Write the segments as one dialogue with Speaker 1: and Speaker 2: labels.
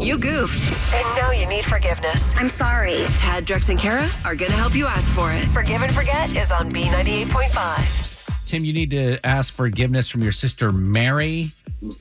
Speaker 1: You goofed.
Speaker 2: And now you need forgiveness.
Speaker 1: I'm sorry. Tad, Drex, and Kara are going to help you ask for it.
Speaker 2: Forgive and Forget is on B98.5.
Speaker 3: Tim, you need to ask forgiveness from your sister Mary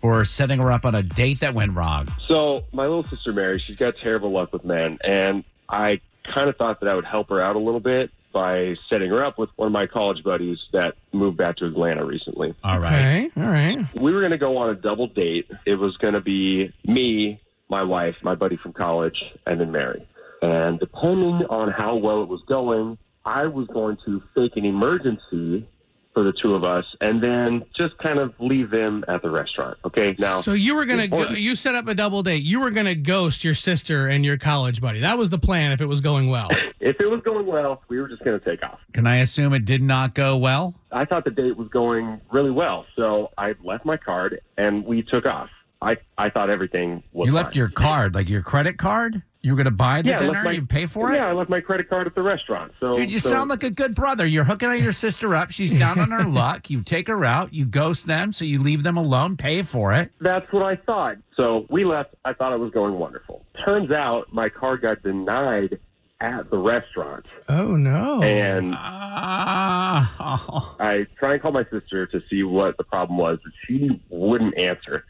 Speaker 3: for setting her up on a date that went wrong.
Speaker 4: So my little sister Mary, she's got terrible luck with men, and I kind of thought that I would help her out a little bit by setting her up with one of my college buddies that moved back to Atlanta recently.
Speaker 3: All right.
Speaker 5: Okay. All right.
Speaker 4: We were going to go on a double date. It was going to be me, my wife, my buddy from college, and then Mary. And depending on how well it was going, I was going to fake an emergency for the two of us and then just kind of leave them at the restaurant. Okay. Now,
Speaker 5: so you were gonna go,
Speaker 4: important.
Speaker 5: you set up a double date. You were gonna ghost your sister and your college buddy. That was the plan if it was going well.
Speaker 4: if it was going well, we were just going to take off.
Speaker 3: Can I assume it did not go well?
Speaker 4: I thought the date was going really well, so I left my card and we took off. I, I thought everything was.
Speaker 3: You left
Speaker 4: fine.
Speaker 3: your card, like your credit card? You were going to buy the
Speaker 4: I left
Speaker 3: dinner?
Speaker 4: my-
Speaker 3: you pay for it?
Speaker 4: Yeah, I left my credit card at the restaurant. So
Speaker 3: Dude, you
Speaker 4: so-
Speaker 3: sound like a good brother. You're hooking your sister up. She's down on her luck. You take her out. You ghost them, so you leave them alone. Pay for it.
Speaker 4: that's what I thought. So we left. I thought it was going wonderful. Turns out my card got denied at the restaurant,
Speaker 5: oh no.
Speaker 4: and
Speaker 3: Ah.
Speaker 4: I try and call my sister to see what the problem was, but she wouldn't answer.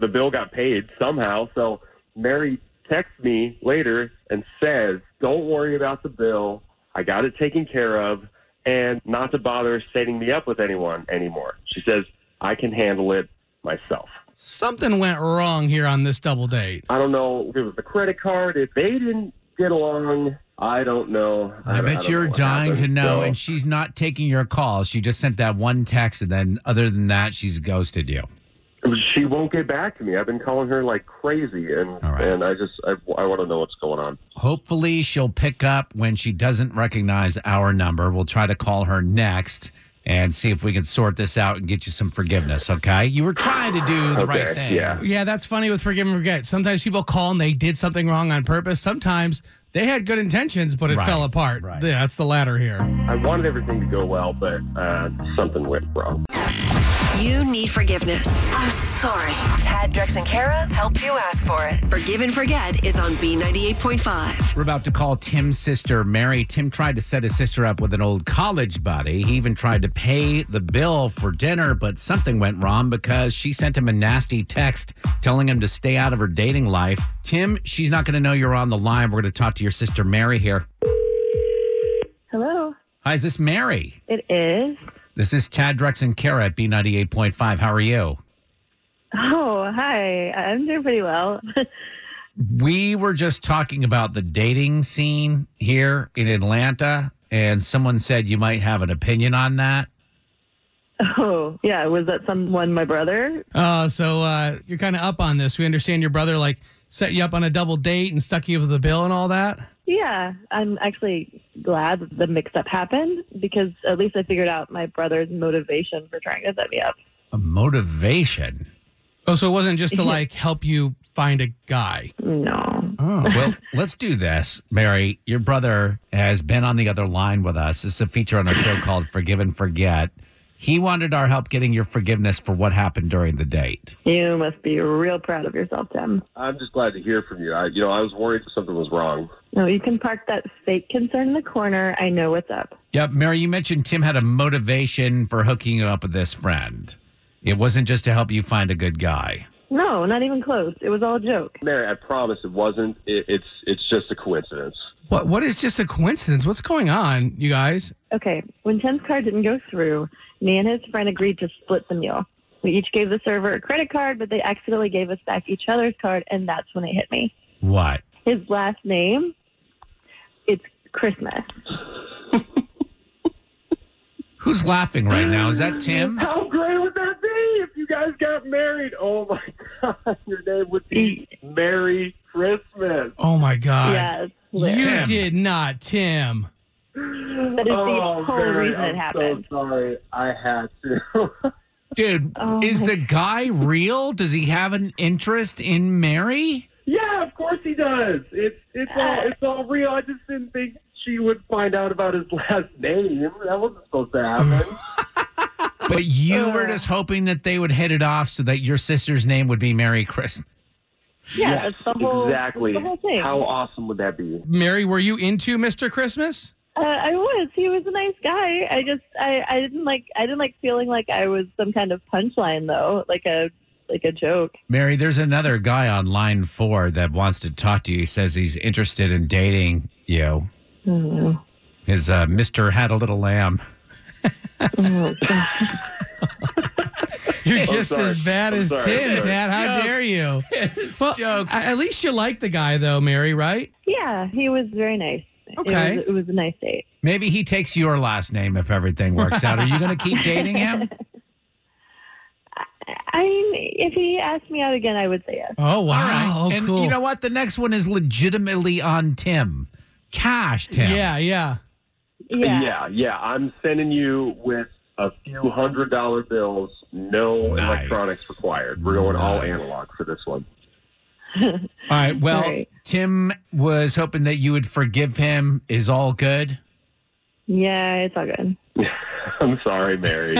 Speaker 4: The bill got paid somehow, so Mary texts me later and says, Don't worry about the bill. I got it taken care of, and not to bother setting me up with anyone anymore. She says, I can handle it myself.
Speaker 5: Something went wrong here on this double date.
Speaker 4: I don't know if it was the credit card, if they didn't get along. I don't know.
Speaker 3: I
Speaker 4: don't-
Speaker 3: bet
Speaker 4: don't
Speaker 3: you're
Speaker 4: what
Speaker 3: dying to
Speaker 4: happened,
Speaker 3: know,
Speaker 4: so-
Speaker 3: and she's not taking your calls. She just sent that one text, and then other than that, she's ghosted you.
Speaker 4: She won't get back to me. I've been calling her like crazy, and
Speaker 3: All right.
Speaker 4: and I just I, I want to know what's going on.
Speaker 3: Hopefully, she'll pick up when she doesn't recognize our number. We'll try to call her next and see if we can sort this out and get you some forgiveness, okay? You were trying to do the right
Speaker 4: Okay,
Speaker 3: thing.
Speaker 4: yeah.
Speaker 5: Yeah, that's funny with forgive and forget. Sometimes people call and they did something wrong on purpose. Sometimes they had good intentions, but it
Speaker 3: Right,
Speaker 5: fell apart.
Speaker 3: right.
Speaker 5: Yeah, that's the latter here.
Speaker 4: I wanted everything to go well, but uh, something went wrong.
Speaker 1: You need forgiveness.
Speaker 2: I'm sorry. Tad, Drex, and Kara help you ask for it.
Speaker 1: Forgive and Forget is on B98.5.
Speaker 3: We're about to call Tim's sister, Mary. Tim tried to set his sister up with an old college buddy. He even tried to pay the bill for dinner, but something went wrong because she sent him a nasty text telling him to stay out of her dating life. Tim, she's not going to know you're on the line. We're going to talk to your sister, Mary, here.
Speaker 6: Hello.
Speaker 3: Hi, is this Mary?
Speaker 6: It is.
Speaker 3: This is Tad Drex and Kara at B98.5. How are you?
Speaker 6: Oh, hi. I'm doing pretty well.
Speaker 3: We were just talking about the dating scene here in Atlanta, and someone said you might have an opinion on that.
Speaker 6: oh, yeah. Was that someone my brother?
Speaker 5: Uh, so uh, you're kind of up on this. We understand your brother like set you up on a double date and stuck you with the bill and all that.
Speaker 6: Yeah. I'm actually glad that the mix up happened because at least I figured out my brother's motivation for trying to set me up.
Speaker 3: A motivation.
Speaker 5: Oh, so it wasn't just to like help you find a guy.
Speaker 6: No.
Speaker 5: Oh,
Speaker 3: Well, let's do this, Mary. Your brother has been on the other line with us. This is a feature on our show called Forgive and Forget. He wanted our help getting your forgiveness for what happened during the date.
Speaker 6: You must be real proud of yourself, Tim.
Speaker 4: I'm just glad to hear from you. I, you know, I was worried something was wrong.
Speaker 6: No, you can park that fake concern in the corner. I know what's up.
Speaker 3: Yep, Mary, you mentioned Tim had a motivation for hooking you up with this friend. It wasn't just to help you find a good guy.
Speaker 6: No, not even close. It was all a joke.
Speaker 4: Mary, I promise it wasn't. It, it's it's just a coincidence.
Speaker 5: what what is just a coincidence? What's going on, you guys?
Speaker 6: Okay. When Tim's card didn't go through, me and his friend agreed to split the meal. We each gave the server a credit card, but they accidentally gave us back each other's card, and that's when it hit me.
Speaker 3: What?
Speaker 6: His last name, it's Christmas.
Speaker 3: Who's laughing right now? Is that Tim?
Speaker 4: How great would that be if you guys got married? Oh my God, your name would be Merry Christmas.
Speaker 5: Oh my god.
Speaker 6: yes.
Speaker 5: You
Speaker 6: Larry.
Speaker 3: Tim.
Speaker 5: did not, Tim.
Speaker 6: That is the
Speaker 4: oh,
Speaker 6: whole
Speaker 4: Mary,
Speaker 6: reason
Speaker 4: I'm
Speaker 6: it happened.
Speaker 4: so sorry. I had to.
Speaker 3: Dude,
Speaker 6: Oh
Speaker 3: is
Speaker 6: my-
Speaker 3: the guy real? Does he have an interest in Mary?
Speaker 4: Yeah, of course he does. It's it's all it's all real. I just didn't think she would find out about his last name. That wasn't supposed to happen.
Speaker 3: But you were
Speaker 6: Uh.
Speaker 3: just hoping that they would hit it off so that your sister's name would be Merry Christmas.
Speaker 6: Yeah,
Speaker 4: Yes,
Speaker 6: that's the whole
Speaker 4: exactly.
Speaker 6: that's the whole thing.
Speaker 4: How awesome would that be?
Speaker 5: Mary, were you into Mr. Christmas?
Speaker 6: Uh, I was. He was a nice guy. I just I, I didn't like I didn't like feeling like I was some kind of punchline though, like a like a joke.
Speaker 3: Mary, there's another guy on line four that wants to talk to you. He says he's interested in dating you.
Speaker 6: Mm.
Speaker 3: His uh, Mr. Had a Little Lamb.
Speaker 6: Oh, God.
Speaker 5: You're
Speaker 4: I'm
Speaker 5: just
Speaker 4: sorry.
Speaker 5: as bad
Speaker 4: I'm
Speaker 5: as
Speaker 4: sorry. I'm
Speaker 5: Tim,
Speaker 4: sorry.
Speaker 5: Dad. How
Speaker 3: Jokes.
Speaker 5: dare you? Well,
Speaker 3: jokes.
Speaker 5: a- at least you like the guy, though, Mary, right?
Speaker 6: yeah, he was very nice.
Speaker 5: Okay.
Speaker 6: It was, it was a nice date.
Speaker 3: Maybe he takes your last name if everything works out. Are you going to keep dating him?
Speaker 6: I mean, if he asked me out again, I would say yes.
Speaker 5: Oh,
Speaker 3: All
Speaker 5: wow.
Speaker 3: right.
Speaker 5: Oh,
Speaker 3: and
Speaker 5: cool.
Speaker 3: you know what? The next one is legitimately on Tim. Cash, Tim.
Speaker 5: yeah, yeah.
Speaker 6: Yeah.
Speaker 4: yeah, yeah. I'm sending you with a few hundred dollar bills, no
Speaker 3: Nice.
Speaker 4: electronics required. We're going all
Speaker 3: Nice.
Speaker 4: analog for this one.
Speaker 3: All right. Well,
Speaker 6: Right.
Speaker 3: Tim was hoping that you would forgive him. Is all good?
Speaker 6: Yeah, it's all good.
Speaker 4: I'm sorry, Mary.